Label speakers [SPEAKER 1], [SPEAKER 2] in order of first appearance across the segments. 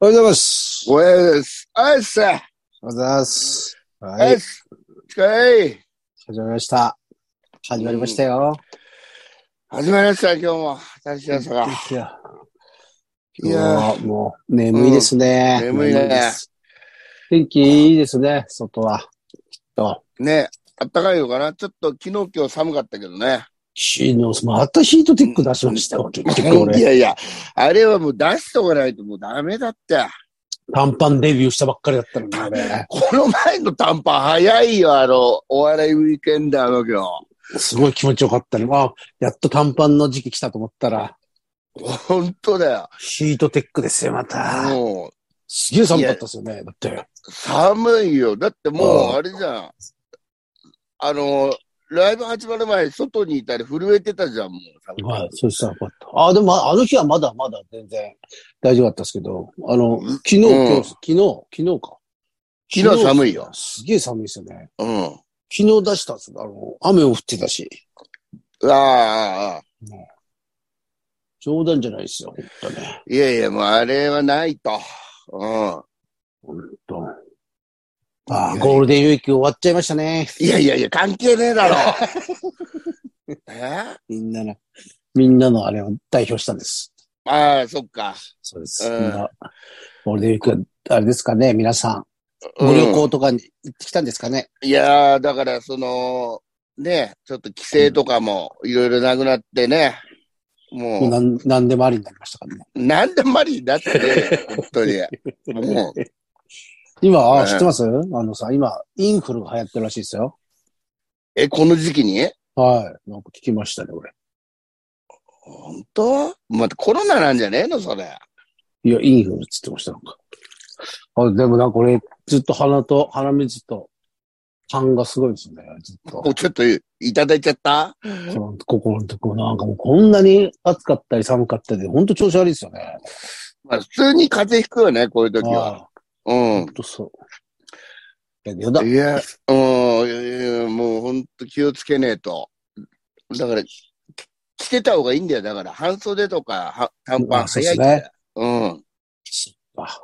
[SPEAKER 1] おはようございます。
[SPEAKER 2] おはようです。あいっす。あ
[SPEAKER 1] おはようございます。はい
[SPEAKER 2] っ。す。お疲れ。
[SPEAKER 1] 始まりました。始まりましたよ。
[SPEAKER 2] 始まりました、今日も。新しい朝が。
[SPEAKER 1] いや、
[SPEAKER 2] いや
[SPEAKER 1] もうもう眠いですね。
[SPEAKER 2] うん眠いね
[SPEAKER 1] です天気いいですね、外は。きっと。
[SPEAKER 2] ー、ね、あったかいのかな。ちょっと昨日今日寒かったけどね。
[SPEAKER 1] ヒート、またヒートテック出しましたよ、結局
[SPEAKER 2] い
[SPEAKER 1] 俺。
[SPEAKER 2] やいや、あれはもう出しておかないともうダメだって。
[SPEAKER 1] 短パンデビューしたばっかりだったのに、俺。
[SPEAKER 2] この前の短パン早いよ、あの、お笑いウィークエンダーの今日。
[SPEAKER 1] すごい気持ちよかったね。まあ、やっと短パンの時期来たと思ったら、
[SPEAKER 2] 本当だよ。
[SPEAKER 1] ヒートテックですよ、また。
[SPEAKER 2] もう、
[SPEAKER 1] すげえ寒かったですよね、だって。
[SPEAKER 2] 寒いよ。だって
[SPEAKER 1] う、
[SPEAKER 2] もうんあれじゃん。あの、ライブ始まる前、外にいたり震えてたじゃん、もう。
[SPEAKER 1] はい、そうしたらよかった。あ、でも、ああの日はまだまだ全然大丈夫だったんですけど、あの、昨日、
[SPEAKER 2] うん
[SPEAKER 1] 今日、昨日、昨日か。
[SPEAKER 2] 昨日寒いよ。
[SPEAKER 1] すげえ寒いですよね。
[SPEAKER 2] うん。
[SPEAKER 1] 昨日出したんですよ。あの、雨も降ってたし。
[SPEAKER 2] ああああ、
[SPEAKER 1] 冗談じゃないですよ、ほんとね。
[SPEAKER 2] いやいや、もうあれはないと。うん。
[SPEAKER 1] ほんと。あーゴールデンウィーク終わっちゃいましたね。
[SPEAKER 2] いやいやいや、関係ねえだろ。 え
[SPEAKER 1] みんなの、みんなのあれを代表したんです。
[SPEAKER 2] ああ、そっか。
[SPEAKER 1] そうです。
[SPEAKER 2] うん
[SPEAKER 1] みんなゴールデンウィークは、あれですかね、皆さん。
[SPEAKER 2] うん
[SPEAKER 1] ご旅行とかに行ってきたんですかね。
[SPEAKER 2] いやーだから、その、ね、ちょっと規制とかもいろいろなくなってね。
[SPEAKER 1] もう
[SPEAKER 2] も
[SPEAKER 1] なん、なんでもありになりましたからね。
[SPEAKER 2] う、なんでもありになってね、本当に。もう、
[SPEAKER 1] 今、
[SPEAKER 2] う
[SPEAKER 1] あ、
[SPEAKER 2] ん
[SPEAKER 1] 知ってますあのさ、今、インフルが流行ってるらしいですよ。
[SPEAKER 2] え、この時期に
[SPEAKER 1] はい。なんか聞きましたね、俺。
[SPEAKER 2] 本当またコロナなんじゃねえの、それ。
[SPEAKER 1] いや、インフルって言ってました、なんか。あ、でもなんか俺、ずっと鼻と、鼻水と、痰がすごいですね、ずっと
[SPEAKER 2] お。ちょっといただいちゃった
[SPEAKER 1] このここのとこ、なんかもうこんなに暑かったり寒かったりで、ほんと調子悪いですよね。
[SPEAKER 2] まあ、普通に風邪ひくよね、こういう時は。
[SPEAKER 1] あ
[SPEAKER 2] う
[SPEAKER 1] ほ
[SPEAKER 2] ん
[SPEAKER 1] ん。とそう。いや、やだ。
[SPEAKER 2] いや、うん、いやいやもう本当気をつけねえと。だから、き着てた方がいいんだよ。だから、半袖とか、は短パン
[SPEAKER 1] あそうっ
[SPEAKER 2] 早い
[SPEAKER 1] す
[SPEAKER 2] っ
[SPEAKER 1] ね
[SPEAKER 2] て。うん。
[SPEAKER 1] そっか。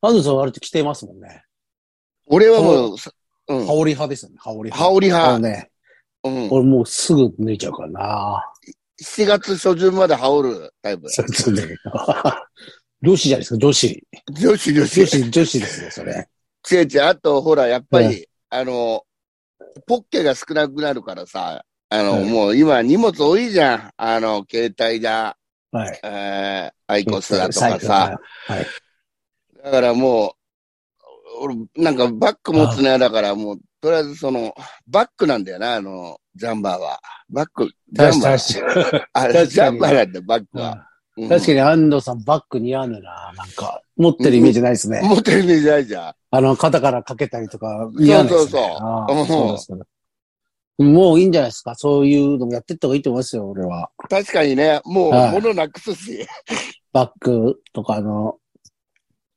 [SPEAKER 1] 安藤さん割と着てますもんね。
[SPEAKER 2] 俺はもう、さうん
[SPEAKER 1] 羽。織派ですよね、羽織派。
[SPEAKER 2] 羽織
[SPEAKER 1] あの
[SPEAKER 2] 派。
[SPEAKER 1] ね、
[SPEAKER 2] うん。
[SPEAKER 1] 俺もうすぐ脱いちゃうからな。
[SPEAKER 2] 7月初旬まで羽織るタイプ。
[SPEAKER 1] そうそうだけ ど。女子じゃないですか、女 子。
[SPEAKER 2] 女子女
[SPEAKER 1] 女
[SPEAKER 2] 子。
[SPEAKER 1] 子、女子ですね、それ。
[SPEAKER 2] ちえちえ、あと、ほら、やっぱ
[SPEAKER 1] う
[SPEAKER 2] り、あの、ポッケが少なくなるからさ、あの、
[SPEAKER 1] うん
[SPEAKER 2] もう今荷物多いじゃん。あの、携帯だ、
[SPEAKER 1] はい。
[SPEAKER 2] えー、アイコスだと
[SPEAKER 1] 最
[SPEAKER 2] か
[SPEAKER 1] 近
[SPEAKER 2] さ。
[SPEAKER 1] は
[SPEAKER 2] だからもう、俺、なんかバッグ持つの嫌だから、もう、とりあえずその、バッグなんだよな、あの、ジャンバーは。バッグ、ジャンバ
[SPEAKER 1] い。
[SPEAKER 2] ー。
[SPEAKER 1] 確か
[SPEAKER 2] あ
[SPEAKER 1] 確かに
[SPEAKER 2] ジャンバーなんだよ、バッグは。
[SPEAKER 1] に、確かに安藤さんバッグ似合うな、なんか。持ってるイメージないですね。
[SPEAKER 2] に。持ってるイメージないじゃん。
[SPEAKER 1] あの、肩からかけたりとか、似合うですね。
[SPEAKER 2] そうそうそう
[SPEAKER 1] あ
[SPEAKER 2] う
[SPEAKER 1] ー
[SPEAKER 2] ん
[SPEAKER 1] そうですけど。もういいんじゃないですか。そういうのもやってった方がいいと思いますよ、俺は。
[SPEAKER 2] 確かにね、もう、
[SPEAKER 1] はい
[SPEAKER 2] 物なくすし。
[SPEAKER 1] バッグとかの、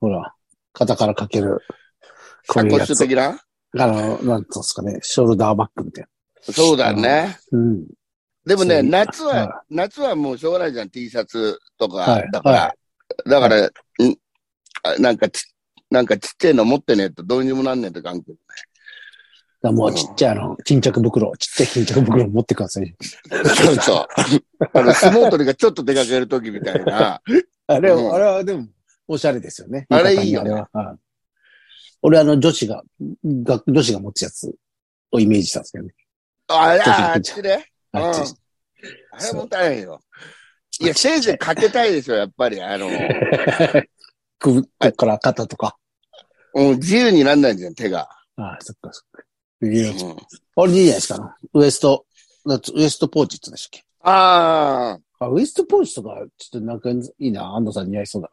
[SPEAKER 1] ほら、肩からかける。こ
[SPEAKER 2] サ
[SPEAKER 1] うい
[SPEAKER 2] コ
[SPEAKER 1] う
[SPEAKER 2] ッ
[SPEAKER 1] や
[SPEAKER 2] シュ
[SPEAKER 1] つ。あ
[SPEAKER 2] 的な
[SPEAKER 1] の、なんつうんですかね、ショルダーバッグみたいな。
[SPEAKER 2] そうだね。
[SPEAKER 1] うん。
[SPEAKER 2] でも
[SPEAKER 1] そ
[SPEAKER 2] ね、
[SPEAKER 1] う
[SPEAKER 2] 夏
[SPEAKER 1] はい
[SPEAKER 2] は、夏はもうしょうがないじゃん、T シャツと
[SPEAKER 1] は
[SPEAKER 2] か
[SPEAKER 1] い。。
[SPEAKER 2] だから
[SPEAKER 1] は、
[SPEAKER 2] だから、んあなんかち、なんかちっちゃいの持ってねえとどうにもなんねえと関係
[SPEAKER 1] だからもうちっちゃいあの、巾着袋、ちっちゃい巾着袋持ってください。
[SPEAKER 2] そうそう。あの、相撲取りがちょっと出かけるときみた いな。
[SPEAKER 1] あれは、
[SPEAKER 2] うん
[SPEAKER 1] あれはでも、おしゃれですよね。
[SPEAKER 2] あれいい
[SPEAKER 1] 浴
[SPEAKER 2] よ
[SPEAKER 1] 衣にあれは。うん俺あの、女子が、が女子が持つやつをイメージしたんですけどね。
[SPEAKER 2] あら、あっちね。うん。
[SPEAKER 1] あ
[SPEAKER 2] あ
[SPEAKER 1] っ
[SPEAKER 2] れ
[SPEAKER 1] ち
[SPEAKER 2] もったいないよ。いや、せいぜいかけたいでしょ、やっぱり。あの、
[SPEAKER 1] 首、こっから肩とか。
[SPEAKER 2] うん自由になんないじゃん、手が。
[SPEAKER 1] ああ、そっかそっか。いや
[SPEAKER 2] うん
[SPEAKER 1] あれでいいじゃないですかな。ウエスト、なんつウエストポーチって言うんでしたっけ
[SPEAKER 2] ああ、
[SPEAKER 1] あ、ウエストポーチとか、ちょっとなんかいいな。安藤さん似合いそうだ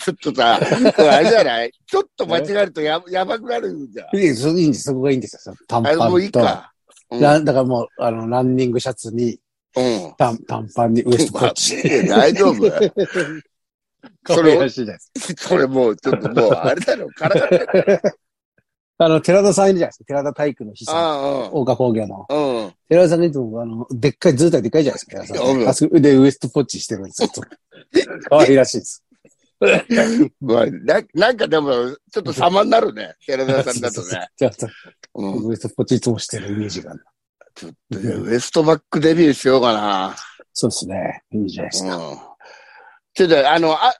[SPEAKER 2] ちょっとさ、 これあれじゃないちょっと間違えるとややばくなるじゃん。
[SPEAKER 1] な。いい、そいいんです。そこがいいんですよ。短パ
[SPEAKER 2] あれ
[SPEAKER 1] ンと。
[SPEAKER 2] もういいか。うん。
[SPEAKER 1] なだからもう、あの、ランニングシャツに、
[SPEAKER 2] うん
[SPEAKER 1] 短短パンにウエストポーチ。
[SPEAKER 2] 大丈夫
[SPEAKER 1] 可愛らしいじゃないです
[SPEAKER 2] それもう、ちょっともう、あれだろ、体が。
[SPEAKER 1] か。あの、寺田さんいるじゃないですか。寺田体育の日さん。
[SPEAKER 2] あ
[SPEAKER 1] 大岡工業の。
[SPEAKER 2] あ、うん。うん。
[SPEAKER 1] 寺田さんがいつも、あの、でっかい、ずーたいでっかいじゃないですか。寺田さん
[SPEAKER 2] う
[SPEAKER 1] ね。
[SPEAKER 2] ん
[SPEAKER 1] あそこでウエストポッチしてるんですよ。可愛らしいです。
[SPEAKER 2] まあななんかでも、ちょっと様になるね。寺田さんだとね。
[SPEAKER 1] ちょっと、
[SPEAKER 2] うん
[SPEAKER 1] ウエストポチいつもしてるイメージがある。
[SPEAKER 2] ちょっとね、ウエストバックデビューしようかな。
[SPEAKER 1] そうですね。いいじゃないですか。
[SPEAKER 2] うんちょっと、あの、あ、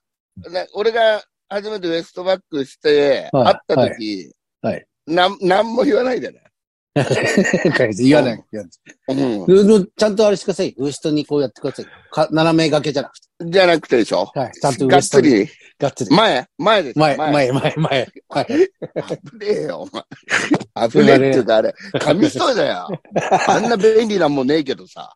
[SPEAKER 2] ね、俺が初めてウエストバックして、
[SPEAKER 1] はい
[SPEAKER 2] 会った時、
[SPEAKER 1] はいはい
[SPEAKER 2] なん、なんも言わないでね。
[SPEAKER 1] 言わない。言わない
[SPEAKER 2] うん。
[SPEAKER 1] ルールちゃんとあれしてください。ウエストにこうやってください。か斜め掛けじゃなくて。
[SPEAKER 2] じゃなくてでしょ
[SPEAKER 1] はい。ちゃんとウ
[SPEAKER 2] が
[SPEAKER 1] エ
[SPEAKER 2] っ
[SPEAKER 1] スト
[SPEAKER 2] つ
[SPEAKER 1] に。
[SPEAKER 2] り、
[SPEAKER 1] がっつり。
[SPEAKER 2] 前、前です。
[SPEAKER 1] 前、前、前、前。はい。
[SPEAKER 2] 危ねえよ、お前。危ねえっていうか、あれ、紙一重だ よ。あんな便利なんもねえけどさ。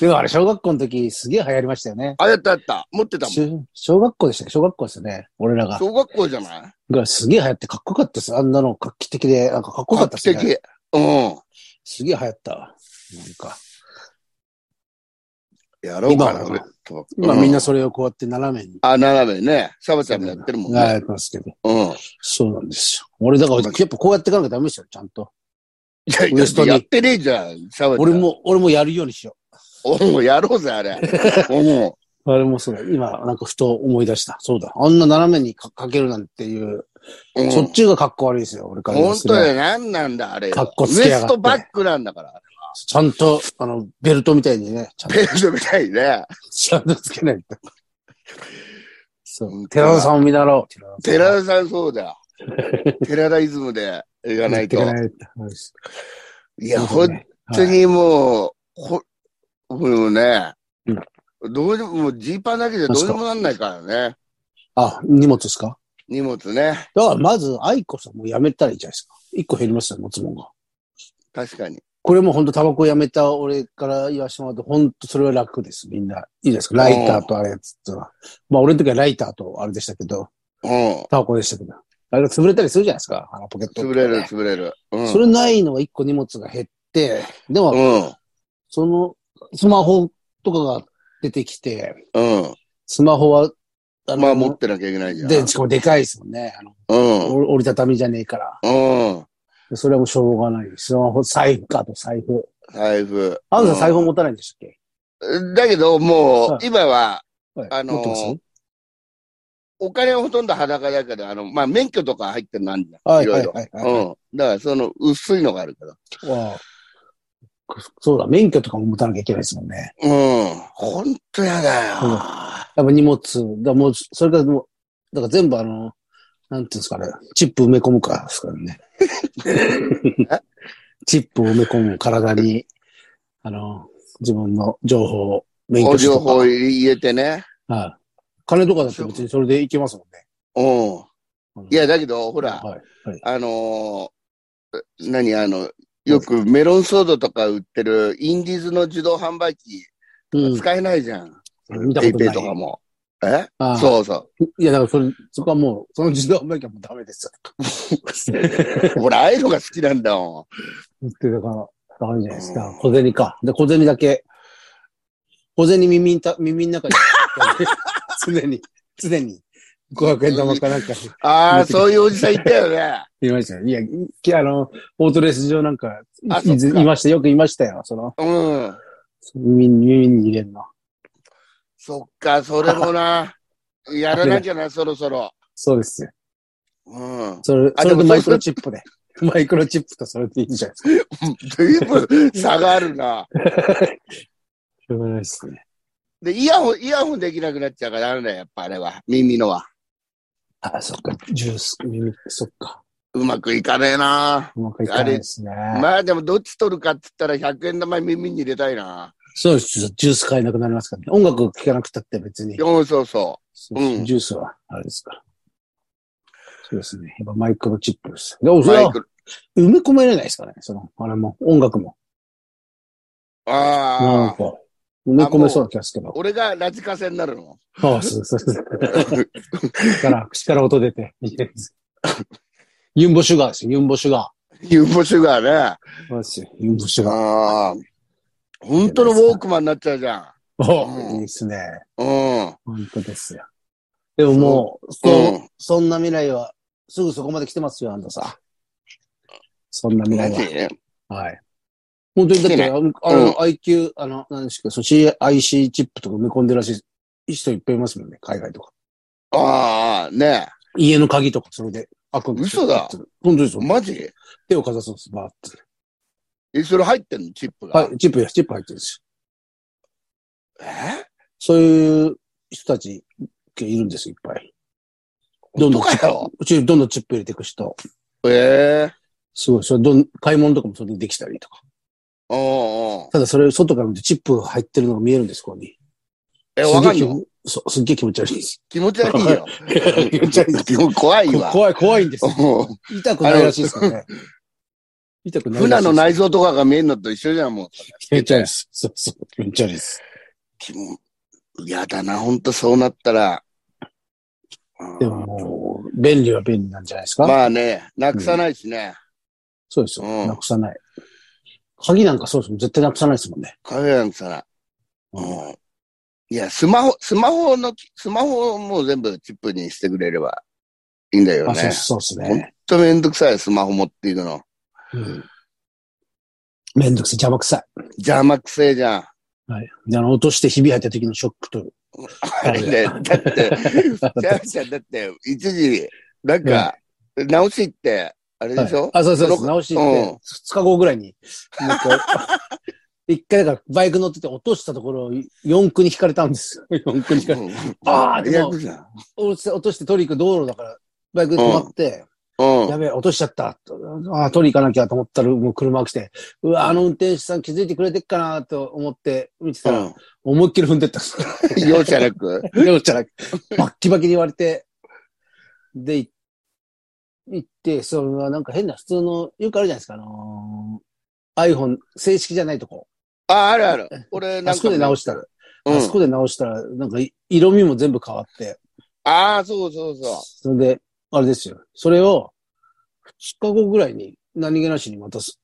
[SPEAKER 1] でもあれ、小学校の時すげえ流行りましたよね。
[SPEAKER 2] あ、やったやった。持ってたもん。
[SPEAKER 1] 小小学校でしたっけ小学校ですよね。俺らが。
[SPEAKER 2] 小学校じゃない
[SPEAKER 1] がすげえ流行ってかっこよかったです。あんなの画期的で、なんかかっこよかったです
[SPEAKER 2] 画期
[SPEAKER 1] ね。
[SPEAKER 2] 的。うん。
[SPEAKER 1] すげえ流行ったわ。なんか。
[SPEAKER 2] やろうか
[SPEAKER 1] 今はな
[SPEAKER 2] な、ウエストバック
[SPEAKER 1] 今
[SPEAKER 2] うん
[SPEAKER 1] みんなそれをこうやって斜めに。
[SPEAKER 2] あ、斜めにね。サバちゃんもやってるもん
[SPEAKER 1] はい
[SPEAKER 2] ね。
[SPEAKER 1] やってますけど。
[SPEAKER 2] うん。
[SPEAKER 1] そうなんですよ。俺だから、やっぱこうやっていかなきゃダメですよ、ちゃんと。
[SPEAKER 2] いやい
[SPEAKER 1] ウエスト
[SPEAKER 2] や、
[SPEAKER 1] に
[SPEAKER 2] やってねえじゃん、サバちゃん。
[SPEAKER 1] 俺。も、俺もやるようにしよ
[SPEAKER 2] 俺もやろうぜ、あれ。うん
[SPEAKER 1] う。俺もそうだ。今、なんかふと思い出した。そうだ。あんな斜めにかかけるなんていう、
[SPEAKER 2] うん。
[SPEAKER 1] そっちがかっこ悪いですよ、俺から
[SPEAKER 2] 本
[SPEAKER 1] すれ
[SPEAKER 2] 当
[SPEAKER 1] ば
[SPEAKER 2] だよ、なんなんだ、あれ。
[SPEAKER 1] かっこつけやがって
[SPEAKER 2] ウエストバックなんだから。
[SPEAKER 1] ちゃんと、あの、ベルトみたいにね、ちゃんと
[SPEAKER 2] ペンションみたいね。
[SPEAKER 1] ちゃんとつけないと。そ
[SPEAKER 2] 本
[SPEAKER 1] う。
[SPEAKER 2] 当だ
[SPEAKER 1] 寺田さんを見習おう。
[SPEAKER 2] 寺田さんそうだよ。寺田イズムでいかないと。
[SPEAKER 1] やっていかないと
[SPEAKER 2] いや、
[SPEAKER 1] そう
[SPEAKER 2] 本
[SPEAKER 1] ですね
[SPEAKER 2] 当にもう、ほ、もうね
[SPEAKER 1] うん、
[SPEAKER 2] どうでも、もうジーパンだけじゃどうにもなんないからね。
[SPEAKER 1] あ、荷物ですか
[SPEAKER 2] 荷物ね。
[SPEAKER 1] だからまず、愛子さんもやめたらいいじゃないですか。一個減りますよ、持つもんが。
[SPEAKER 2] 確かに。
[SPEAKER 1] これも本当タバコやめた俺から言わせてもらうと、本当それは楽です、みんな。いいですかライターとあれやつってのは。まあ俺の時はライターとあれでしたけど、
[SPEAKER 2] うん。
[SPEAKER 1] タバコでしたけど。あれが潰れたりするじゃないですか、あのポケット。
[SPEAKER 2] 潰れる、潰れる。うん。
[SPEAKER 1] それないのは一個荷物が減って、でも、
[SPEAKER 2] うん。
[SPEAKER 1] その、スマホとかが出てきて、
[SPEAKER 2] うん。
[SPEAKER 1] スマホは、あ
[SPEAKER 2] まあ、持ってなきゃいけないじゃん。
[SPEAKER 1] で、しかもでかいですもんね。あの
[SPEAKER 2] うん。
[SPEAKER 1] 折折りたたみじゃねえから。
[SPEAKER 2] うん。
[SPEAKER 1] でそれはもうしょうがない。スマホ、財布かと財布。
[SPEAKER 2] 財布。
[SPEAKER 1] あんさん
[SPEAKER 2] うん
[SPEAKER 1] 財布持たないんでしたっ
[SPEAKER 2] だけど、も
[SPEAKER 1] は
[SPEAKER 2] う、今は、
[SPEAKER 1] け、はい、
[SPEAKER 2] あのー
[SPEAKER 1] 持ってます
[SPEAKER 2] お金はほとんど裸だけど、あの、まあ、免許とか入ってるなんだ。
[SPEAKER 1] はい
[SPEAKER 2] いろ
[SPEAKER 1] はいい
[SPEAKER 2] ろ。
[SPEAKER 1] はい、はい。
[SPEAKER 2] うん。だから、その、薄いのがあるから。
[SPEAKER 1] わあそうだ、免許とかも持たなきゃいけないですもんね。
[SPEAKER 2] うん。ほんとやだよ。
[SPEAKER 1] うんやっぱ荷物、だもう、それからもう、だから全部あの、なんていうんですかね、チップ埋め込むか、ですからね。 チップを埋め込む体に、あの、自分の情報、免
[SPEAKER 2] お
[SPEAKER 1] 許証
[SPEAKER 2] 情
[SPEAKER 1] とか。
[SPEAKER 2] 報入れてね。
[SPEAKER 1] はい。金とかだって別にそれでいけますもんね。
[SPEAKER 2] うん。
[SPEAKER 1] うん
[SPEAKER 2] いや、だけど、ほら、
[SPEAKER 1] はい。
[SPEAKER 2] あのー何、あの、よくメロンソードとか売ってるインディーズの自動販売機、
[SPEAKER 1] うん。
[SPEAKER 2] 使えないじゃん。
[SPEAKER 1] 見た
[SPEAKER 2] ペ
[SPEAKER 1] こ
[SPEAKER 2] イ
[SPEAKER 1] とない。
[SPEAKER 2] ペイとかも。え
[SPEAKER 1] ああ。
[SPEAKER 2] そうそう
[SPEAKER 1] いや、だからそれ、そこはもう、その自動販売機はもうダメです よ。
[SPEAKER 2] う。俺、ああいうのが好きなんだも
[SPEAKER 1] ってだから、だからいいじゃないです
[SPEAKER 2] う
[SPEAKER 1] か
[SPEAKER 2] ん。
[SPEAKER 1] 小銭か。で、小銭だけ。小銭耳んた、耳の中 に。常に、常に。500円玉かなんかに。
[SPEAKER 2] ん。ああ、そういうおじさんいたよね。
[SPEAKER 1] いましたよ。いや、いやあの、オートレース場なんか、い
[SPEAKER 2] あ
[SPEAKER 1] い
[SPEAKER 2] そっか
[SPEAKER 1] いました。よくいましたよ。その、
[SPEAKER 2] うん。
[SPEAKER 1] 耳に、耳に入れんの。
[SPEAKER 2] そっか、それも な。やらなきゃな、そろそろ。
[SPEAKER 1] そうですよ。
[SPEAKER 2] うん。
[SPEAKER 1] それ、
[SPEAKER 2] あ
[SPEAKER 1] それ
[SPEAKER 2] で
[SPEAKER 1] と
[SPEAKER 2] も
[SPEAKER 1] マイクロチップで。 マイクロチップとそれでいいじゃないですか。
[SPEAKER 2] ずいぶん差があるな。
[SPEAKER 1] しょうがないですね。
[SPEAKER 2] で、イヤホン、イヤホンできなくなっちゃうから、なんだよ、やっぱあれは。耳のは。
[SPEAKER 1] あ、そっか。ジュース、耳、そっか。
[SPEAKER 2] うまくいかねえな。
[SPEAKER 1] うまくいかないですね。
[SPEAKER 2] まあでもどっち取るかって言ったら100円玉耳に入れたいな。
[SPEAKER 1] そうです。ジュース買えなくなりますからね。音楽聴かなくたって別に。
[SPEAKER 2] うん、そうそ
[SPEAKER 1] そうそう
[SPEAKER 2] うん
[SPEAKER 1] ジュースは、あれですから。そうですね。やっぱマイクロチップです。でも
[SPEAKER 2] う。
[SPEAKER 1] そ
[SPEAKER 2] マ
[SPEAKER 1] れ
[SPEAKER 2] イ
[SPEAKER 1] は
[SPEAKER 2] クロ。
[SPEAKER 1] 埋め込めれないですからね。その、あれも、音楽も。なん
[SPEAKER 2] あ
[SPEAKER 1] か
[SPEAKER 2] あ。、
[SPEAKER 1] 埋め込めそうな気がするけど。
[SPEAKER 2] 俺がラジカセになるの。
[SPEAKER 1] ああ、そうそうそう。口から、口から音出て。いいですユンボシュガーですよ。ユンボシュガ
[SPEAKER 2] ユーボシュガーね。
[SPEAKER 1] ー。そうですよ。ユンボシュガー。
[SPEAKER 2] ああ。本当のウォークマンになっちゃうじゃん。
[SPEAKER 1] お
[SPEAKER 2] うん
[SPEAKER 1] いいですね。
[SPEAKER 2] うん。
[SPEAKER 1] 本当ですよ。でももう、
[SPEAKER 2] う
[SPEAKER 1] そ
[SPEAKER 2] ん。
[SPEAKER 1] そんな未来は、すぐそこまで来てますよ、あんたさ。そんな未
[SPEAKER 2] マ
[SPEAKER 1] 来
[SPEAKER 2] ジ
[SPEAKER 1] は。はい。本当にだって、
[SPEAKER 2] ね
[SPEAKER 1] あの、あの IQ、あの、何ですか、その CIC チップとか埋め込んでるらしい人いっぱいいますもんね、海外とか。
[SPEAKER 2] ああ、ね
[SPEAKER 1] 家の鍵とかそれで開くんですよ
[SPEAKER 2] 嘘だ
[SPEAKER 1] 本当ですよ。
[SPEAKER 2] え。マジ
[SPEAKER 1] 手をかざすんです、バーって。
[SPEAKER 2] え、それ入ってんのチップが。
[SPEAKER 1] はい、チップや、チップ入ってるんですよ。
[SPEAKER 2] え
[SPEAKER 1] そういう人たちがいるんですよ、いっぱい。どん
[SPEAKER 2] どん
[SPEAKER 1] ど
[SPEAKER 2] ど
[SPEAKER 1] ん
[SPEAKER 2] ん
[SPEAKER 1] チップ
[SPEAKER 2] かよ。
[SPEAKER 1] うちにどんどんチップ入れていく人。
[SPEAKER 2] ええ
[SPEAKER 1] すごい、それどん、買い物とかもそれでできたりとか。
[SPEAKER 2] うんうん。
[SPEAKER 1] ただそれ外から見てチップが入ってるのが見えるんです、ここに。
[SPEAKER 2] え、
[SPEAKER 1] す
[SPEAKER 2] わ
[SPEAKER 1] っげえ
[SPEAKER 2] かん
[SPEAKER 1] 気
[SPEAKER 2] の
[SPEAKER 1] 持そう、すっげえ気持ち悪いです。
[SPEAKER 2] 気持ち悪いよ。
[SPEAKER 1] 気持ち悪いです。
[SPEAKER 2] 怖い わ。
[SPEAKER 1] 怖い、怖いんですよ。
[SPEAKER 2] うん
[SPEAKER 1] 痛くないらしいですからね。 痛くないらしいです。
[SPEAKER 2] 船の内
[SPEAKER 1] 臓。
[SPEAKER 2] 臓とかが見えるのと一緒じゃん、もう。
[SPEAKER 1] 気持ち悪いです。そうそう、気持ち悪いです。
[SPEAKER 2] きもやだな、ほんとそうなったら。うん
[SPEAKER 1] でももう、便利は便利なんじゃないですか、
[SPEAKER 2] まあね、なくさないしね。
[SPEAKER 1] そうですよ、
[SPEAKER 2] うん
[SPEAKER 1] なくさない。鍵なんかそうですもん。絶対なくさないですもんね。
[SPEAKER 2] カフェなんくさない。
[SPEAKER 1] うん
[SPEAKER 2] うんいや、スマホ、スマホの、スマホをもう全部チップにしてくれればいいんだよ
[SPEAKER 1] あ、そう
[SPEAKER 2] ね。
[SPEAKER 1] そうです
[SPEAKER 2] ほん
[SPEAKER 1] ね。
[SPEAKER 2] とめんどくさい、スマホ持っていくの。
[SPEAKER 1] うんめんどくさい、邪魔くさい。
[SPEAKER 2] 邪魔くせえじゃん。
[SPEAKER 1] はい。で、あの、落としてひび入った時のショックと。
[SPEAKER 2] あれ ね、だって、ちゃうちゃんだって、一時、なんか、直しって、あれでしょ、
[SPEAKER 1] あ、そうそうそう
[SPEAKER 2] その
[SPEAKER 1] 直しっ
[SPEAKER 2] う
[SPEAKER 1] て
[SPEAKER 2] ん、
[SPEAKER 1] 二日後ぐらいに、もう一回 一回だからバイク乗ってて落としたところ、四駆に引かれたんですよ。四駆に引かれ
[SPEAKER 2] うん
[SPEAKER 1] あーでも
[SPEAKER 2] 最悪じゃん。
[SPEAKER 1] 落として落として取り行く道路だから、バイクで止まって、
[SPEAKER 2] うん。
[SPEAKER 1] やべえ、落としちゃった。ああ、取り行かなきゃと思ったら、もう車が来て、うわ、あの運転手さん気づいてくれてっかなと思って見てたら、思いっきり踏んでったんですから。
[SPEAKER 2] うん。容赦なく。
[SPEAKER 1] 両者なく、バッキバキに言われて、で、い行って、そのなんか変な普通の、よくあるじゃないですか、あのー iPhone 正式じゃないとこ。
[SPEAKER 2] あ、あるある。俺、な
[SPEAKER 1] あ
[SPEAKER 2] ん
[SPEAKER 1] そ
[SPEAKER 2] か。
[SPEAKER 1] こで直したら、
[SPEAKER 2] うん
[SPEAKER 1] あそこで直したら、なんかい色味も全部変わって、
[SPEAKER 2] ああ、そうそうそ
[SPEAKER 1] それで、あれですよ。それを、2日後ぐらいに何気なしにまたす、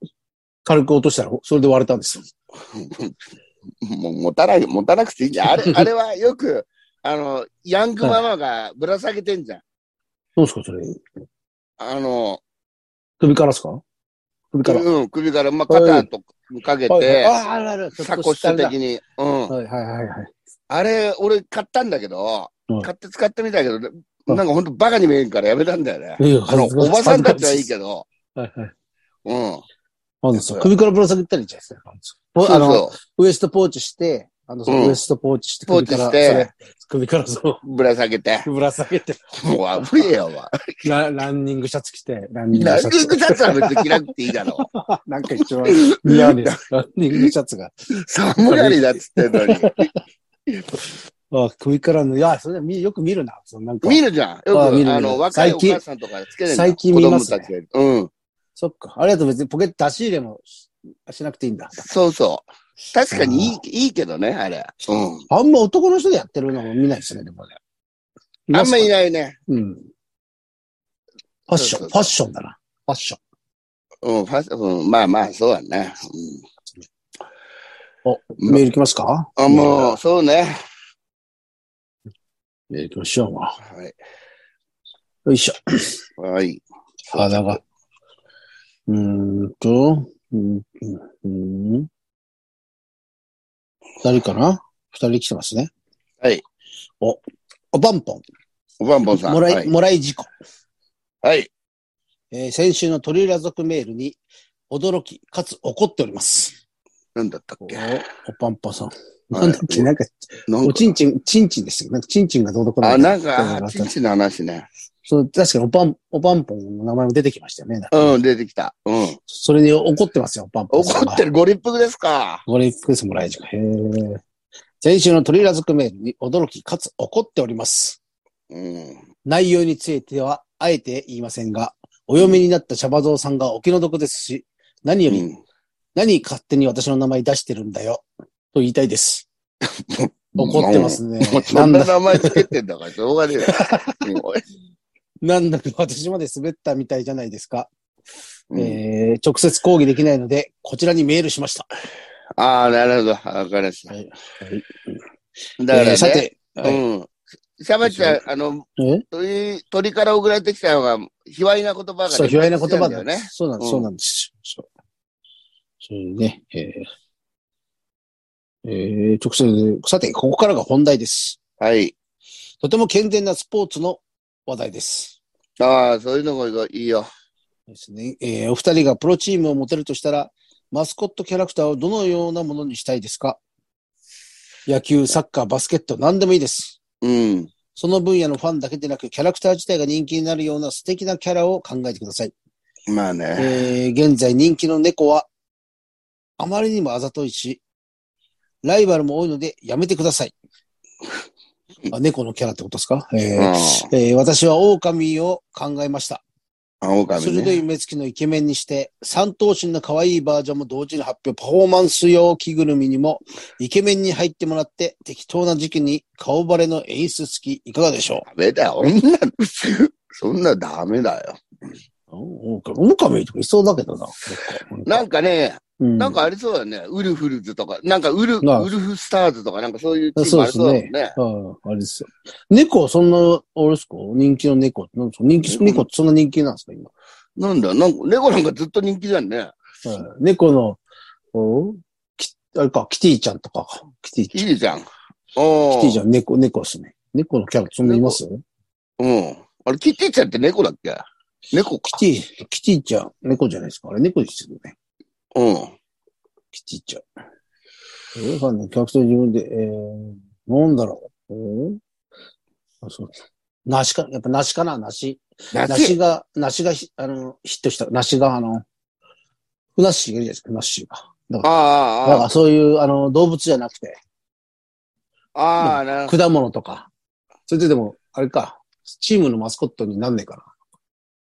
[SPEAKER 1] 軽く落としたら、それで割れたんですよ。
[SPEAKER 2] う。もう、持たない、持たなくていいじゃん。あれ、あれはよく、あの、ヤングママがぶら下げてんじゃん。
[SPEAKER 1] どうですか、それ。
[SPEAKER 2] あの、
[SPEAKER 1] 首からですか首から。
[SPEAKER 2] うん、首から、まあ、肩とかけ
[SPEAKER 1] はいはい
[SPEAKER 2] て、
[SPEAKER 1] あ、あるある。
[SPEAKER 2] サコッシュ
[SPEAKER 1] だ
[SPEAKER 2] 的に。うん。
[SPEAKER 1] はいはいはいはい。
[SPEAKER 2] あれ、俺買ったんだけど
[SPEAKER 1] うん、
[SPEAKER 2] 買って使ってみたけど、なんかほんとバカに見えんからやめたんだよね。
[SPEAKER 1] いや
[SPEAKER 2] あ
[SPEAKER 1] 恥
[SPEAKER 2] の、
[SPEAKER 1] ずかし
[SPEAKER 2] おばさんたちはいいけど、
[SPEAKER 1] はいはい。
[SPEAKER 2] うん。
[SPEAKER 1] まずそう首からぶら下げたらいいじゃないですか。
[SPEAKER 2] そう
[SPEAKER 1] あの、
[SPEAKER 2] そ
[SPEAKER 1] ウエストポーチして、あの、
[SPEAKER 2] うん
[SPEAKER 1] ウエストポーチして、
[SPEAKER 2] ポー
[SPEAKER 1] 首か
[SPEAKER 2] チ
[SPEAKER 1] ら、
[SPEAKER 2] し
[SPEAKER 1] そ
[SPEAKER 2] て。
[SPEAKER 1] れ、首からそう
[SPEAKER 2] ぶら下げて。
[SPEAKER 1] う、ぶら下げて、
[SPEAKER 2] もう、あふれよ、お前。
[SPEAKER 1] ラランニングシャツ着て、ランニング
[SPEAKER 2] ラ
[SPEAKER 1] シ
[SPEAKER 2] ン
[SPEAKER 1] ャ
[SPEAKER 2] ニン
[SPEAKER 1] ツ。
[SPEAKER 2] グシャツは別に着なくていいだろう。
[SPEAKER 1] なんか一番似合うね。ランニングシャツが。
[SPEAKER 2] 寒がりだっつってんのに。
[SPEAKER 1] あ首からの、いや、それみよく見るな。そのなんか
[SPEAKER 2] 見るじゃん。よく、
[SPEAKER 1] あ見る見る
[SPEAKER 2] あの、若い
[SPEAKER 1] 最
[SPEAKER 2] お
[SPEAKER 1] 近
[SPEAKER 2] 母さんとかつけてんじゃん
[SPEAKER 1] 最近見ますね
[SPEAKER 2] 子供たちがうん。
[SPEAKER 1] そっか。あれだと別にポケット出し入れもししなくていいんだ。
[SPEAKER 2] そうそう。確かにいい、いいけどね、あれ。うん。
[SPEAKER 1] あんま男の人でやってるのも見ないですね、でもね。
[SPEAKER 2] あんまい
[SPEAKER 1] い。
[SPEAKER 2] ないね。
[SPEAKER 1] うん。ファッション、
[SPEAKER 2] そうそうそう
[SPEAKER 1] ファッションだな。ファッション。
[SPEAKER 2] うん、ファスうん、まあまあ、そうだね。
[SPEAKER 1] お、
[SPEAKER 2] うん
[SPEAKER 1] メール来ますか
[SPEAKER 2] うん。あ、もう、そうね。
[SPEAKER 1] メール来ましょう。も
[SPEAKER 2] はい。
[SPEAKER 1] うよいしょ。
[SPEAKER 2] はい。
[SPEAKER 1] 肌が。うーんと、うん、うん、うん。二人かな二人来てますね。
[SPEAKER 2] はい。
[SPEAKER 1] お、おばんぽん。
[SPEAKER 2] おばんぼんさん。
[SPEAKER 1] もら、
[SPEAKER 2] はいい。
[SPEAKER 1] もらい事故。
[SPEAKER 2] はい。
[SPEAKER 1] えー先週の鳥浦族メールに驚き、かつ怒っております。
[SPEAKER 2] なんだったっ
[SPEAKER 1] お、お
[SPEAKER 2] け
[SPEAKER 1] ばんぽんさん。
[SPEAKER 2] はい
[SPEAKER 1] なんだっけ、なんか、
[SPEAKER 2] なんか
[SPEAKER 1] おちんちん、ちんちんですよ。なんか、ちんちんがどうのこうの
[SPEAKER 2] あ、なんか、
[SPEAKER 1] そう
[SPEAKER 2] あちんちんの話ね。
[SPEAKER 1] そう、確かにおばん、おばんぽんの名前も出てきましたよね。
[SPEAKER 2] うん、出てきた。うん。
[SPEAKER 1] それに怒ってますよ、パンパンさん
[SPEAKER 2] 怒
[SPEAKER 1] が
[SPEAKER 2] ってる、ご立腹ですか。
[SPEAKER 1] これ、クイズもらえじゃん。へー先週のトリラズクメールに驚き、かつ怒っております。
[SPEAKER 2] うん。
[SPEAKER 1] 内容については、あえて言いませんが、お嫁になったシャバゾウさんがお気の毒ですし、何より、
[SPEAKER 2] うん
[SPEAKER 1] 何勝手に私の名前出してるんだよ、と言いたい です。怒ってますね
[SPEAKER 2] もう。そ
[SPEAKER 1] なんん
[SPEAKER 2] な
[SPEAKER 1] だ、
[SPEAKER 2] 名前つけてんだから、しょうがね えよ。
[SPEAKER 1] なんだか私まで滑ったみたいじゃないですか。
[SPEAKER 2] うん
[SPEAKER 1] えー、直接抗議できないので、こちらにメールしました。
[SPEAKER 2] ああ、なるほど。わかりました。
[SPEAKER 1] はい
[SPEAKER 2] だから、
[SPEAKER 1] えー
[SPEAKER 2] ね、
[SPEAKER 1] さて、はい
[SPEAKER 2] うん。シャバちゃん、あの、
[SPEAKER 1] え
[SPEAKER 2] 鳥、鳥から送られてきたのが、卑猥な言葉が、
[SPEAKER 1] そう、卑猥な言葉
[SPEAKER 2] だ
[SPEAKER 1] だ
[SPEAKER 2] よ
[SPEAKER 1] よ
[SPEAKER 2] ね
[SPEAKER 1] ね。。そうなんです、
[SPEAKER 2] うん
[SPEAKER 1] そうなんです。そう。それでね、えーえー直接、さて、ここからが本題です。
[SPEAKER 2] はい。
[SPEAKER 1] とても健全なスポーツの話題です。
[SPEAKER 2] ああ、そういうのがいいよ。
[SPEAKER 1] ですね。えーお二人がプロチームを持てるとしたら、マスコットキャラクターをどのようなものにしたいですか野球、サッカー、バスケット、何でもいいです。
[SPEAKER 2] うん。
[SPEAKER 1] その分野のファンだけでなく、キャラクター自体が人気になるような素敵なキャラを考えてください。
[SPEAKER 2] まあね。
[SPEAKER 1] えー現在人気の猫は、あまりにもあざといし、ライバルも多いのでやめてくださ い。あ猫のキャラってことですか、え
[SPEAKER 2] うん。
[SPEAKER 1] ー
[SPEAKER 2] あ、
[SPEAKER 1] えー私は狼を考えました。
[SPEAKER 2] 狼
[SPEAKER 1] 鋭い
[SPEAKER 2] ね。
[SPEAKER 1] 目つきのイケメンにして、三頭身の可愛いバージョンも同時に発表。パフォーマンス用着ぐるみにも、イケメンに入ってもらって、適当な時期に顔バレの演出付き、いかがでしょ
[SPEAKER 2] ダメだよ。 女、そんなダメだよ。
[SPEAKER 1] う狼狼とかいそうだけどな。
[SPEAKER 2] なんかね、
[SPEAKER 1] うん
[SPEAKER 2] なんかありそうだよね。ウルフルズとか、なんかウル、ウ
[SPEAKER 1] なあ
[SPEAKER 2] ルフスターズとか、なんかそういうチームありそうだもんね。
[SPEAKER 1] ああ、あれですよ。猫、そんな、あれですか人気の猫って、なんですか人気、猫ってそんな人気なんですか今。
[SPEAKER 2] なんだ、なんか、猫なんかずっと人気じゃんね。
[SPEAKER 1] はい猫の、おきあれか、キティちゃんとかか。キティ、キ
[SPEAKER 2] いいじゃん。お
[SPEAKER 1] ティちゃ
[SPEAKER 2] ん。
[SPEAKER 1] ん、猫、猫ですね。猫のキャラってそんないます
[SPEAKER 2] うん。あれ、キティちゃんって猫だっけ猫か。
[SPEAKER 1] キティ、キティちゃん、猫じゃないですか。あれ、猫ですよね。
[SPEAKER 2] うん。
[SPEAKER 1] キティちゃん。えー、ファンの客と自分で、えー、なんだろう。えーあそう梨か、やっぱ梨かな、梨。梨
[SPEAKER 2] 梨。
[SPEAKER 1] が、梨がひ、あの、ヒットした、梨が、あの、ふなっしーがいるじゃないですか、ふなっしーが。
[SPEAKER 2] あ
[SPEAKER 1] だ
[SPEAKER 2] あ
[SPEAKER 1] か
[SPEAKER 2] あ
[SPEAKER 1] らそういう、あの、動物じゃなくて、
[SPEAKER 2] あ、ああ、なるほ
[SPEAKER 1] 果物とか。それででも、あれか、チームのマスコットになんねえか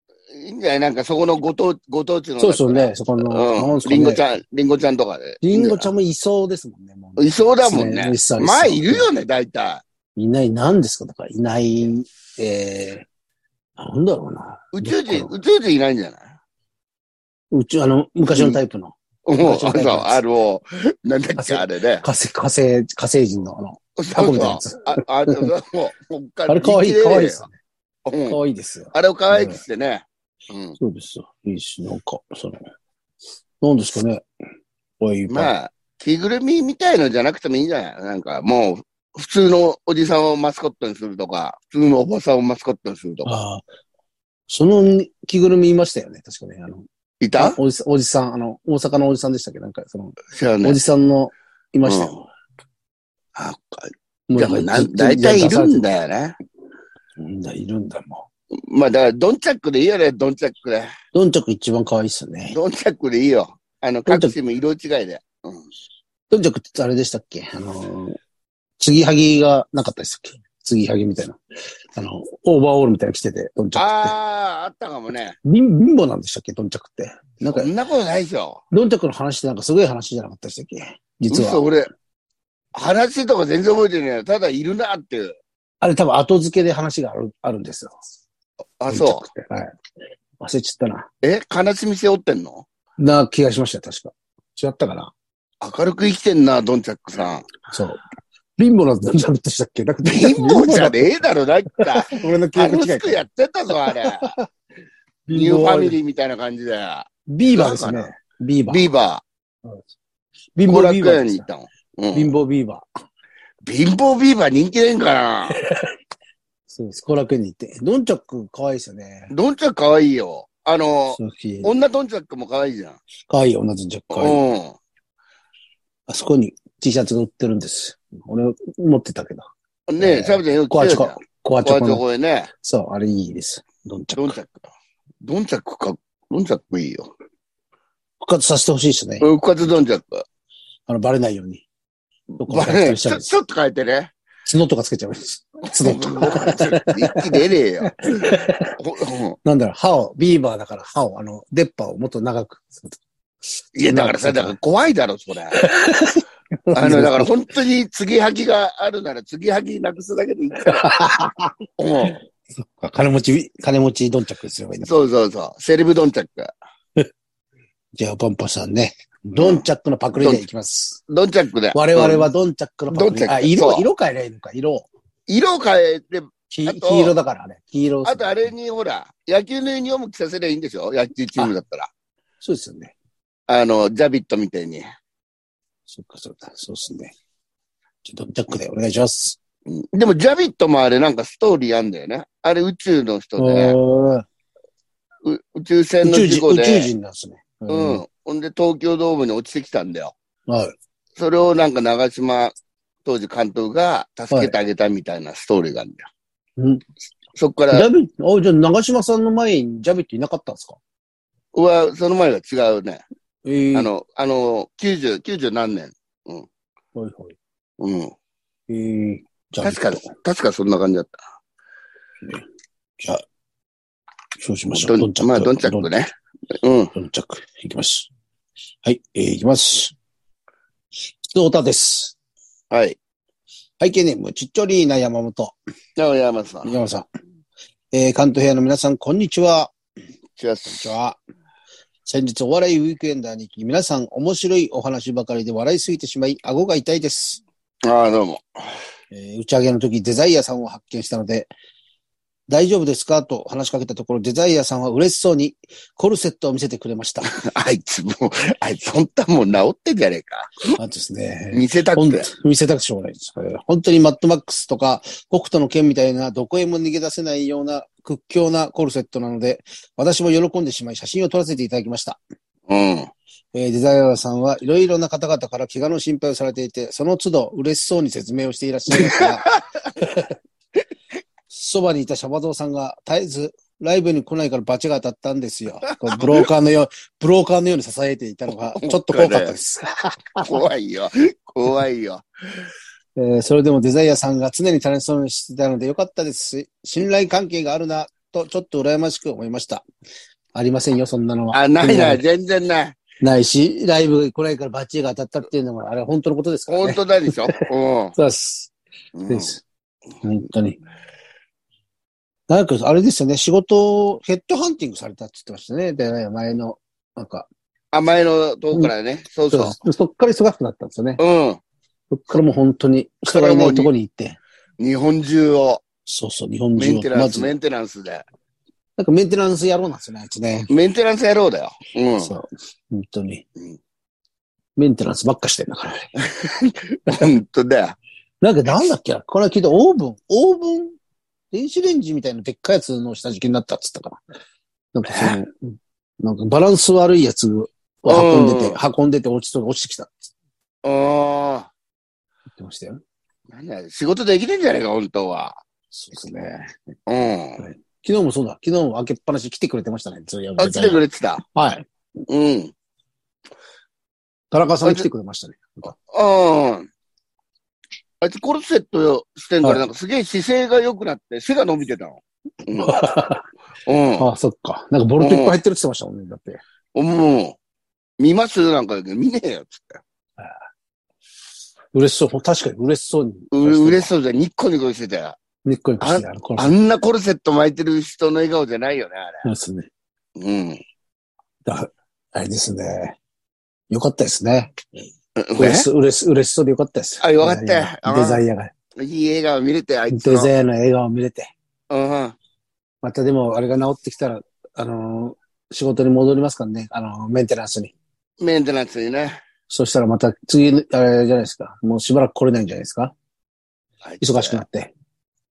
[SPEAKER 2] ど。いいんじゃないなんかそこのご当ご当地の。
[SPEAKER 1] な。そうですよね、。そこの、
[SPEAKER 2] うん
[SPEAKER 1] んす。かね
[SPEAKER 2] リンゴちゃん、リンゴちゃんとかで。
[SPEAKER 1] リンゴちゃ
[SPEAKER 2] ん。
[SPEAKER 1] んもいそうですもんね、もうね
[SPEAKER 2] いそうだもんね
[SPEAKER 1] いっ。そうっそう
[SPEAKER 2] 前いるよね、大体。
[SPEAKER 1] いない、何ですかとか、いない、えー、なんだろうな。
[SPEAKER 2] 宇宙人、
[SPEAKER 1] どっか
[SPEAKER 2] 宇宙人いないんじゃない
[SPEAKER 1] の宇宙、あの、昔のタイプの、
[SPEAKER 2] もう、
[SPEAKER 1] 昔
[SPEAKER 2] そ
[SPEAKER 1] のタイ
[SPEAKER 2] う、
[SPEAKER 1] プです
[SPEAKER 2] あの、なんだっけ、あれね。
[SPEAKER 1] 火星、火星、火星人のあの、
[SPEAKER 2] そう
[SPEAKER 1] タコ
[SPEAKER 2] そう
[SPEAKER 1] みたいなやつ。
[SPEAKER 2] あ、あれ、もう、もう
[SPEAKER 1] あれ、かわいい、かわいいですよね。
[SPEAKER 2] うん
[SPEAKER 1] かわいいですよ。
[SPEAKER 2] あれを可愛くしてね。うん。
[SPEAKER 1] そうですよ。いいし、なんか、その、なんですかね。おい、まあ、
[SPEAKER 2] まあ、着ぐるみみたいのじゃなくてもいいんじゃないなんか、もう、普通のおじさんをマスコットにするとか、普通のおばさんをマスコットにするとか。
[SPEAKER 1] ああその着ぐるみいましたよね、確かね。あの、
[SPEAKER 2] いた
[SPEAKER 1] おじさん、おじさん、あの、大阪のおじさんでしたっけなんか、その、
[SPEAKER 2] 知らな
[SPEAKER 1] お
[SPEAKER 2] い。
[SPEAKER 1] じさんの、いましたよ。
[SPEAKER 2] あっか
[SPEAKER 1] もう
[SPEAKER 2] でも
[SPEAKER 1] ずっと
[SPEAKER 2] な、大体いるんだよね。
[SPEAKER 1] うんだ、いるんだ、も
[SPEAKER 2] まあ、だから、ドンチャックでいいよね、ドンチャックで。
[SPEAKER 1] う。ドンチャク一番可愛いっすよね。
[SPEAKER 2] ドンチャックでいいよ。あの、
[SPEAKER 1] ドンチャック
[SPEAKER 2] 各チーム色違いで。うん。
[SPEAKER 1] ドンチャクってあれでしたっけあのー、継ぎはぎがなかったでしたっけ継ぎはぎみたいな。あの、オーバーオールみたいなの着てて、ドンチャクって。
[SPEAKER 2] あー、あったかもね。
[SPEAKER 1] 貧貧乏なんでしたっけドンチャクって。なん
[SPEAKER 2] そ
[SPEAKER 1] か、
[SPEAKER 2] んなことないでしょ。
[SPEAKER 1] ドンチャクの話ってなんかすごい話じゃなかったでしたっけ実
[SPEAKER 2] 嘘、
[SPEAKER 1] は。
[SPEAKER 2] 俺、話とか全然覚えてないよ。ただ、いるなっていう。
[SPEAKER 1] あれ多分後付けで話があるあるんですよ。。
[SPEAKER 2] あ、そう
[SPEAKER 1] はい。忘れちゃったな。
[SPEAKER 2] う。え悲しみ背負ってんの
[SPEAKER 1] な気がしました、確か。違ったかな
[SPEAKER 2] 明るく生きてんな、ドンチャックさん。
[SPEAKER 1] そう。貧乏なんてじゃなくてしたっけなくて。
[SPEAKER 2] 貧乏じゃねえだろ、なん か。
[SPEAKER 1] 俺の記憶
[SPEAKER 2] 楽
[SPEAKER 1] 違いか
[SPEAKER 2] しく。やってたぞ、あれ。ニューファミリーみたいな感じで。
[SPEAKER 1] ビーバーですね。ビーバー。
[SPEAKER 2] ビーバ
[SPEAKER 1] 貧
[SPEAKER 2] ー。後
[SPEAKER 1] 乏ビー
[SPEAKER 2] 楽
[SPEAKER 1] バー
[SPEAKER 2] 園
[SPEAKER 1] で
[SPEAKER 2] に
[SPEAKER 1] すね。
[SPEAKER 2] 行ったの。うん
[SPEAKER 1] 貧乏ビーバー。
[SPEAKER 2] 貧乏ビーバー人気ねえんか な。
[SPEAKER 1] そうです。後楽園に行って。ドンチャック可愛いですよね。
[SPEAKER 2] ドンチャックかわいいよ。あの、
[SPEAKER 1] そうです
[SPEAKER 2] 女ドンチャックもかわいいじゃん。
[SPEAKER 1] 可愛い女ドンチャック可愛い。
[SPEAKER 2] うん。
[SPEAKER 1] あそこに T シャツが売ってるんです。俺持ってたけど。
[SPEAKER 2] ね
[SPEAKER 1] え
[SPEAKER 2] え、
[SPEAKER 1] ー
[SPEAKER 2] サブちゃんよく
[SPEAKER 1] コ
[SPEAKER 2] 来
[SPEAKER 1] ア
[SPEAKER 2] て
[SPEAKER 1] チ
[SPEAKER 2] る
[SPEAKER 1] ョ
[SPEAKER 2] じ
[SPEAKER 1] コ
[SPEAKER 2] ゃん。。
[SPEAKER 1] コアチ
[SPEAKER 2] コ
[SPEAKER 1] ョ
[SPEAKER 2] ア
[SPEAKER 1] コ
[SPEAKER 2] チョ
[SPEAKER 1] の。
[SPEAKER 2] コへね。
[SPEAKER 1] そう、あれいいです。ドンチャック
[SPEAKER 2] ドンチャック。ドンチャックか、ドンチャックいいよ。
[SPEAKER 1] 復活させてほしいですね。
[SPEAKER 2] 復活ドンチャック。
[SPEAKER 1] あの、バレないように。どこ
[SPEAKER 2] ま
[SPEAKER 1] か
[SPEAKER 2] あ
[SPEAKER 1] ら
[SPEAKER 2] ね、
[SPEAKER 1] しち
[SPEAKER 2] ち
[SPEAKER 1] ゃう
[SPEAKER 2] ょ
[SPEAKER 1] んです
[SPEAKER 2] ちょっと変えてね。
[SPEAKER 1] 角とかつけちゃうんです。角とか。
[SPEAKER 2] 一気出ねえ よ。ほ
[SPEAKER 1] なんだろう、歯を、ビーバーだから歯を、あの、出っ歯をもっと長くすると。
[SPEAKER 2] いや、だからさ、だから怖いだろ、それ。あの、だから本当に継ぎはぎがあるなら、継ぎはぎなくすだけでいいから。も
[SPEAKER 1] 金持ち、金持ちドンチャックにすればいいな
[SPEAKER 2] う、。そうそうそう。セレブドンチャック。
[SPEAKER 1] じゃあ、ポンポさんね。ドンチャックのパクリでいきます。
[SPEAKER 2] ドンチャックで。
[SPEAKER 1] 我々
[SPEAKER 2] うん
[SPEAKER 1] はドンチャックのパ
[SPEAKER 2] ドン
[SPEAKER 1] ク
[SPEAKER 2] チャ
[SPEAKER 1] リ。
[SPEAKER 2] ック
[SPEAKER 1] あ、色、
[SPEAKER 2] そう
[SPEAKER 1] 色変えればいいのか、色を。
[SPEAKER 2] 色を変えて、
[SPEAKER 1] き
[SPEAKER 2] あと
[SPEAKER 1] 黄色だから、あれ。黄色。
[SPEAKER 2] あとあれ。にほら、野球のユニフォーム着させりゃいいんでしょ野球チームだったら。
[SPEAKER 1] そうですよね。
[SPEAKER 2] あの、ジャビットみたいに。
[SPEAKER 1] そっか、そうだ。そうですね。じゃあドンチャックでお願いします。
[SPEAKER 2] うんでも、ジャビットもあれなんかストーリーあんだよね。あれ宇宙の人で、
[SPEAKER 1] あ
[SPEAKER 2] う宇宙
[SPEAKER 1] ー
[SPEAKER 2] 船
[SPEAKER 1] 宇
[SPEAKER 2] の
[SPEAKER 1] 宙
[SPEAKER 2] 事
[SPEAKER 1] 人、
[SPEAKER 2] 故
[SPEAKER 1] 宇宙
[SPEAKER 2] で、
[SPEAKER 1] 人なんですね。
[SPEAKER 2] う。
[SPEAKER 1] うん
[SPEAKER 2] ほんで東京ドームに落ちてきたんだよ。
[SPEAKER 1] ん。はい。
[SPEAKER 2] それをなんか長島、当時監督が助けてあげたみたいなストーリーがあるんだよ。
[SPEAKER 1] うん
[SPEAKER 2] そっか
[SPEAKER 1] ジ
[SPEAKER 2] ら、
[SPEAKER 1] ャビット、あ、じゃあ長島さんの前にジャビットいなかったんですか
[SPEAKER 2] うわ、その前は違うね。
[SPEAKER 1] ええ
[SPEAKER 2] あの、あの、90、90何年。
[SPEAKER 1] はいはい。
[SPEAKER 2] うん。
[SPEAKER 1] ええジャビ
[SPEAKER 2] 確
[SPEAKER 1] ッ
[SPEAKER 2] か
[SPEAKER 1] ト。、
[SPEAKER 2] 確かそんな感じだった。
[SPEAKER 1] じゃあ、そうしましょ
[SPEAKER 2] ど
[SPEAKER 1] う。
[SPEAKER 2] んまあ、どんちゃくね。うん。
[SPEAKER 1] ドンチャック。いきます。はい、えー、いきます。どうたです。
[SPEAKER 2] はい。
[SPEAKER 1] 背景ネーム、ちっちょりーな山本。
[SPEAKER 2] なお、山さん。
[SPEAKER 1] 山さん。えー、関東平野の皆さん、こんにちは。こ
[SPEAKER 2] チア
[SPEAKER 1] んに
[SPEAKER 2] ス
[SPEAKER 1] ちは。先日お笑いウィークエンダーに行き、皆さん面白いお話ばかりで笑いすぎてしまい、顎が痛いです。
[SPEAKER 2] ああ、どうも。
[SPEAKER 1] えー打ち上げの時、デザイアさんを発見したので、大丈夫ですかと話しかけたところ、デザイアさんは嬉しそうにコルセットを見せてくれま した。
[SPEAKER 2] あいつもう、あいつ、本当はもう治ってんじゃねえか。
[SPEAKER 1] あとですね。
[SPEAKER 2] 見せたく
[SPEAKER 1] 本
[SPEAKER 2] て。
[SPEAKER 1] 当見せたくしょうがないです。これ本当にマッドマックスとか、北斗の剣みたいな、どこへも逃げ出せないような屈強なコルセットなので、私も喜んでしまい、写真を撮らせていただきました。
[SPEAKER 2] うん。
[SPEAKER 1] えーデザイアーさんはいろいろな方々から怪我の心配をされていて、その都度嬉しそうに説明をしていらっしゃいました が、そばにいたシャバゾウさんが絶えずライブに来ないからバチが当たったんですよ。こうブローカーのよう、ブローカーのように支えていたのが、ちょっと怖かったです。
[SPEAKER 2] 怖いよ。怖いよ。
[SPEAKER 1] えーそれでもデザイアさんが常に楽しそうにしてたのでよかったですし、信頼関係があるな、とちょっと羨ましく思いました。ありませんよ、そんなのは。
[SPEAKER 2] あ、ないな、
[SPEAKER 1] ないい。
[SPEAKER 2] 全然ない。
[SPEAKER 1] ないし、ライブ来ないからバチが当たったっていうのも、あれは本当のことですから
[SPEAKER 2] 本
[SPEAKER 1] ね。
[SPEAKER 2] 当だ でしょ。
[SPEAKER 1] そうです。
[SPEAKER 2] うん。う
[SPEAKER 1] で
[SPEAKER 2] ん
[SPEAKER 1] す。本当に。なんか、あれですよね、仕事をヘッドハンティングされたって言ってましたね。デザイア前の、なんか、
[SPEAKER 2] あ、前のとこからね。そう
[SPEAKER 1] そう
[SPEAKER 2] そ
[SPEAKER 1] ですそっから忙しくなったんですよね。
[SPEAKER 2] う。うん。
[SPEAKER 1] そっからもう本当に人がいないところに行って、
[SPEAKER 2] 日本中を
[SPEAKER 1] そうそう、日本
[SPEAKER 2] メ
[SPEAKER 1] 中
[SPEAKER 2] ンテ
[SPEAKER 1] を、
[SPEAKER 2] ナ
[SPEAKER 1] ま
[SPEAKER 2] ンス、
[SPEAKER 1] ず、
[SPEAKER 2] メ
[SPEAKER 1] なん
[SPEAKER 2] ンテナンスで。
[SPEAKER 1] かメンテナンス野郎なんですよね、あいつね。
[SPEAKER 2] メンテナンス野郎だよ。うん。
[SPEAKER 1] そう。本当に
[SPEAKER 2] うん。
[SPEAKER 1] メンテナンスばっかしてんだから。
[SPEAKER 2] 本当だよ。
[SPEAKER 1] なんかなんだっけなこれは聞いたオーブン、オーブン、電子レンジみたいなでっかいやつの下敷きになったっつったかな。なんかその、なんかバランス悪いやつを運んでて、
[SPEAKER 2] うん
[SPEAKER 1] 運んでて落ちそう落ちてきたって
[SPEAKER 2] あ
[SPEAKER 1] 言ってましたよ。
[SPEAKER 2] あ。なんだよ仕事できねえんじゃねえか、本当は。
[SPEAKER 1] そうですね。
[SPEAKER 2] うん。
[SPEAKER 1] 昨日もそうだ。昨日も開けっぱなし来てくれてましたね。ずや
[SPEAKER 2] あ、来てくれてた。
[SPEAKER 1] はい。
[SPEAKER 2] うん。
[SPEAKER 1] 田中さん来てくれましたね。
[SPEAKER 2] うん。あいつコルセットしてんから、
[SPEAKER 1] はい
[SPEAKER 2] なんかすげえ姿勢が良くなって、背が伸びてたの。 うん。
[SPEAKER 1] ああ、そっか。なんかボルトいっぱい入ってるって言ってましたもんね。だって。
[SPEAKER 2] うん。もう、見ますなんか言うけど見ねえよ、つって。
[SPEAKER 1] 嬉しそう。確かに嬉しそうに。
[SPEAKER 2] う嬉し
[SPEAKER 1] し
[SPEAKER 2] そうじゃん。ニッコニコしてたよ。
[SPEAKER 1] にっこりしてる。あのこの
[SPEAKER 2] あんなコルセット巻いてる人の笑顔じゃないよね、あれ。
[SPEAKER 1] そうですね。
[SPEAKER 2] うん。
[SPEAKER 1] だ、あれですね。よかったですね。うれ
[SPEAKER 2] え
[SPEAKER 1] し、うれし、うれしそうでよかったです。
[SPEAKER 2] あよかったよあー
[SPEAKER 1] デザイアが。
[SPEAKER 2] いい笑顔見れて、あいつ
[SPEAKER 1] デ
[SPEAKER 2] の。
[SPEAKER 1] ザイアの笑顔を見れて。
[SPEAKER 2] うん。
[SPEAKER 1] またでも、あれが治ってきたら、あのー仕事に戻りますからね。あのーメンテナンスに。
[SPEAKER 2] メンテナンスにね。
[SPEAKER 1] そしたらまた次の、あれじゃないですか。もうしばらく来れないんじゃないですか。忙しくなって。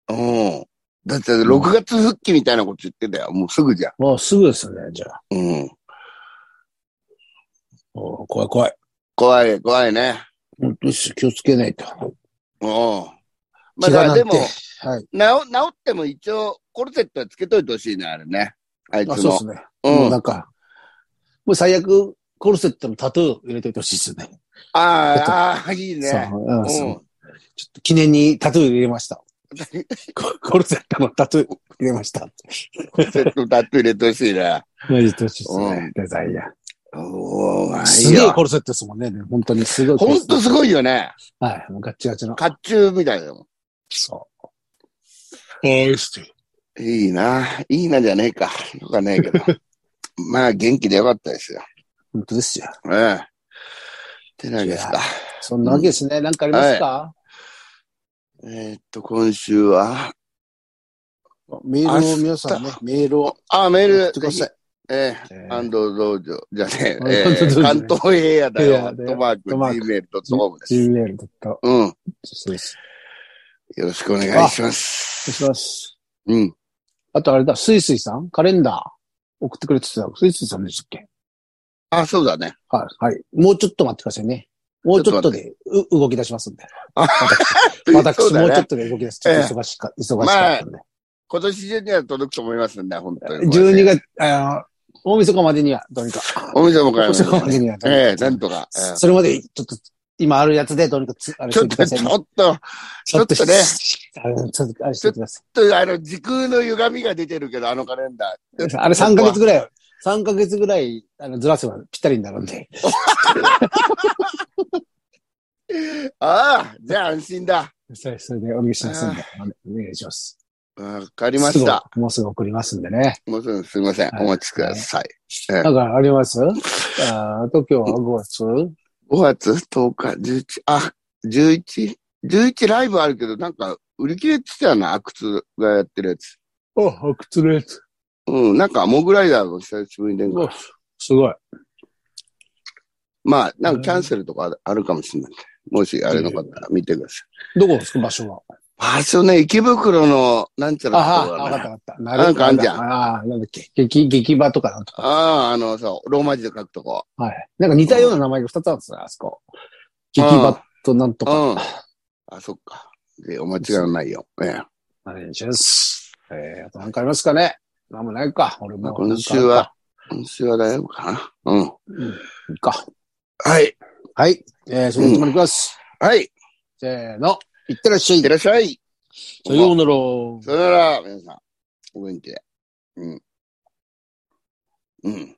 [SPEAKER 2] うん。だって、6月復帰みたいなこと言ってたよ。もうすぐじゃん。
[SPEAKER 1] もうすぐですね、じゃあ。
[SPEAKER 2] うん。
[SPEAKER 1] もう怖い怖い。
[SPEAKER 2] 怖い、怖いね。
[SPEAKER 1] 本当ですよ気をつけないと。
[SPEAKER 2] うん。まあ、だからでも、治
[SPEAKER 1] はい。
[SPEAKER 2] 治っても一応、コルセットはつけといてほしいね、あれね。あい
[SPEAKER 1] あ、そう
[SPEAKER 2] つ
[SPEAKER 1] で
[SPEAKER 2] も
[SPEAKER 1] す。ね。
[SPEAKER 2] う。
[SPEAKER 1] もうんな
[SPEAKER 2] あ
[SPEAKER 1] んか、もう最悪、コルセットのタトゥー入れておいてほしいですよね。
[SPEAKER 2] あ、ああ、いいね。
[SPEAKER 1] そう、うん、
[SPEAKER 2] うん
[SPEAKER 1] そう。ちょっと記念にタトゥー入れました。 ココルセットのタトゥー入れました。
[SPEAKER 2] コルセットタトゥー入れてほしいね。
[SPEAKER 1] マジでしいですね
[SPEAKER 2] う
[SPEAKER 1] デザイア。
[SPEAKER 2] おー、
[SPEAKER 1] すげ
[SPEAKER 2] いい
[SPEAKER 1] え
[SPEAKER 2] よ
[SPEAKER 1] コルセットですもんね。本当にすごいコル
[SPEAKER 2] ほ
[SPEAKER 1] セッ
[SPEAKER 2] ん
[SPEAKER 1] ト。
[SPEAKER 2] とすごいよね。
[SPEAKER 1] はい、もうガッチガチの。
[SPEAKER 2] 甲冑みたいだも
[SPEAKER 1] そう。おいしい。
[SPEAKER 2] ん。いいな。いいなじゃねえか。よかねえけ ど。まあ、元気でよかったですよ。
[SPEAKER 1] 本当ですよ。
[SPEAKER 2] ええ。ってなわけですか。
[SPEAKER 1] そんなわけですね。なんかありますか、
[SPEAKER 2] えーっと、今週は、
[SPEAKER 1] メールを皆さんね、メールを
[SPEAKER 2] あ、メー
[SPEAKER 1] 送っ
[SPEAKER 2] ル
[SPEAKER 1] てください。
[SPEAKER 2] ええ、
[SPEAKER 1] えー
[SPEAKER 2] 安藤道場じゃねえ、え
[SPEAKER 1] 安藤道場
[SPEAKER 2] ー関東平野だよ、
[SPEAKER 1] 平
[SPEAKER 2] ア
[SPEAKER 1] 野だよ
[SPEAKER 2] ットマ
[SPEAKER 1] ア
[SPEAKER 2] ーク、
[SPEAKER 1] ットマーク
[SPEAKER 2] gmail.com です。
[SPEAKER 1] Gmail とか、
[SPEAKER 2] うん。
[SPEAKER 1] そうです。
[SPEAKER 2] よろしくお願いしま
[SPEAKER 1] 失
[SPEAKER 2] す。
[SPEAKER 1] 礼します。
[SPEAKER 2] うん。
[SPEAKER 1] あとあれだ、スイスイさんカレンダー送ってくれてた。スイスイさんでしたっけ
[SPEAKER 2] あ、そうだね。
[SPEAKER 1] はい。はい。もうちょっと待ってくださいね。もうちょっとでう動き出しますんで。
[SPEAKER 2] あ
[SPEAKER 1] 私、
[SPEAKER 2] そうだ
[SPEAKER 1] もう
[SPEAKER 2] ね
[SPEAKER 1] ちょっとで動き出す。ちょっと忙しか、忙しかったんで。
[SPEAKER 2] 今年中には届くと思いますんで、本当に。
[SPEAKER 1] 12。月、あの、大晦日までには、どうにか。
[SPEAKER 2] お店も
[SPEAKER 1] 大
[SPEAKER 2] 買い
[SPEAKER 1] 晦日までにはどうにか、
[SPEAKER 2] ええ、なんとか。ええ
[SPEAKER 1] それまで、ちょっと、今あるやつで、どうにかつ、あれし
[SPEAKER 2] ちょ
[SPEAKER 1] て
[SPEAKER 2] っ
[SPEAKER 1] くだ
[SPEAKER 2] と、
[SPEAKER 1] さい
[SPEAKER 2] ち
[SPEAKER 1] ね、
[SPEAKER 2] ょっと、ちょっとね
[SPEAKER 1] ちょっとあのちょっとあれしてくださ
[SPEAKER 2] ちょっとあの、時空の歪みが出てるけど、あのカレンダ
[SPEAKER 1] い。あれ3ヶ月ぐらい、3ヶ月ぐらい、あの、ずらせばぴったりになるんで。
[SPEAKER 2] ー。ああ、じゃあ安心だ。
[SPEAKER 1] それ、それでお願いしますんで。お願いします。
[SPEAKER 2] わかりました。
[SPEAKER 1] すぐもうすぐ送りますんでね。
[SPEAKER 2] もうすぐすみません。
[SPEAKER 1] はい
[SPEAKER 2] お待ちください。
[SPEAKER 1] だから、ありますあーと、今日は5月
[SPEAKER 2] 5月10日、11、あ、11、11ライブあるけど、なんか、売り切れてたよな、阿久津がやってるやつ。
[SPEAKER 1] お、発掘のやつ。
[SPEAKER 2] うん、なんか、モグライダーも久しぶりに出るから
[SPEAKER 1] おすごい。
[SPEAKER 2] まあ、なんかキャンセルとかあるかもしれない。もし、あれの方、見てください。
[SPEAKER 1] どこですか、場所は。
[SPEAKER 2] 場所ね、池袋の、なんちゃら
[SPEAKER 1] あ
[SPEAKER 2] と
[SPEAKER 1] あ、
[SPEAKER 2] こ
[SPEAKER 1] わ
[SPEAKER 2] だ
[SPEAKER 1] か
[SPEAKER 2] ね
[SPEAKER 1] ったわかった。な
[SPEAKER 2] なんかあんじゃん
[SPEAKER 1] ああ、なんだっけ。劇、劇場とかなんとか。
[SPEAKER 2] ああ、あの、そう、ローマ字で書くとこ。
[SPEAKER 1] はい。なんか似たような名前が2つあるんですよ、あそこ。劇場となんと
[SPEAKER 2] う
[SPEAKER 1] か。
[SPEAKER 2] ん。あ、そっか。で、お間違いのないよ。ええ。
[SPEAKER 1] お願いします。えー、あと何かありますかねなんもないか。俺
[SPEAKER 2] まあ
[SPEAKER 1] も。
[SPEAKER 2] 今週は、今週は大丈夫かな。うん。
[SPEAKER 1] なんかあるか。うんいいか。
[SPEAKER 2] はい。
[SPEAKER 1] はい。えー、それでは決まります。
[SPEAKER 2] はい。
[SPEAKER 1] せーの。いってらっしゃ
[SPEAKER 2] いって
[SPEAKER 1] い。
[SPEAKER 2] らっしゃい。
[SPEAKER 1] さようなら。
[SPEAKER 2] さよなら、皆さん。お元気で。うん。うん。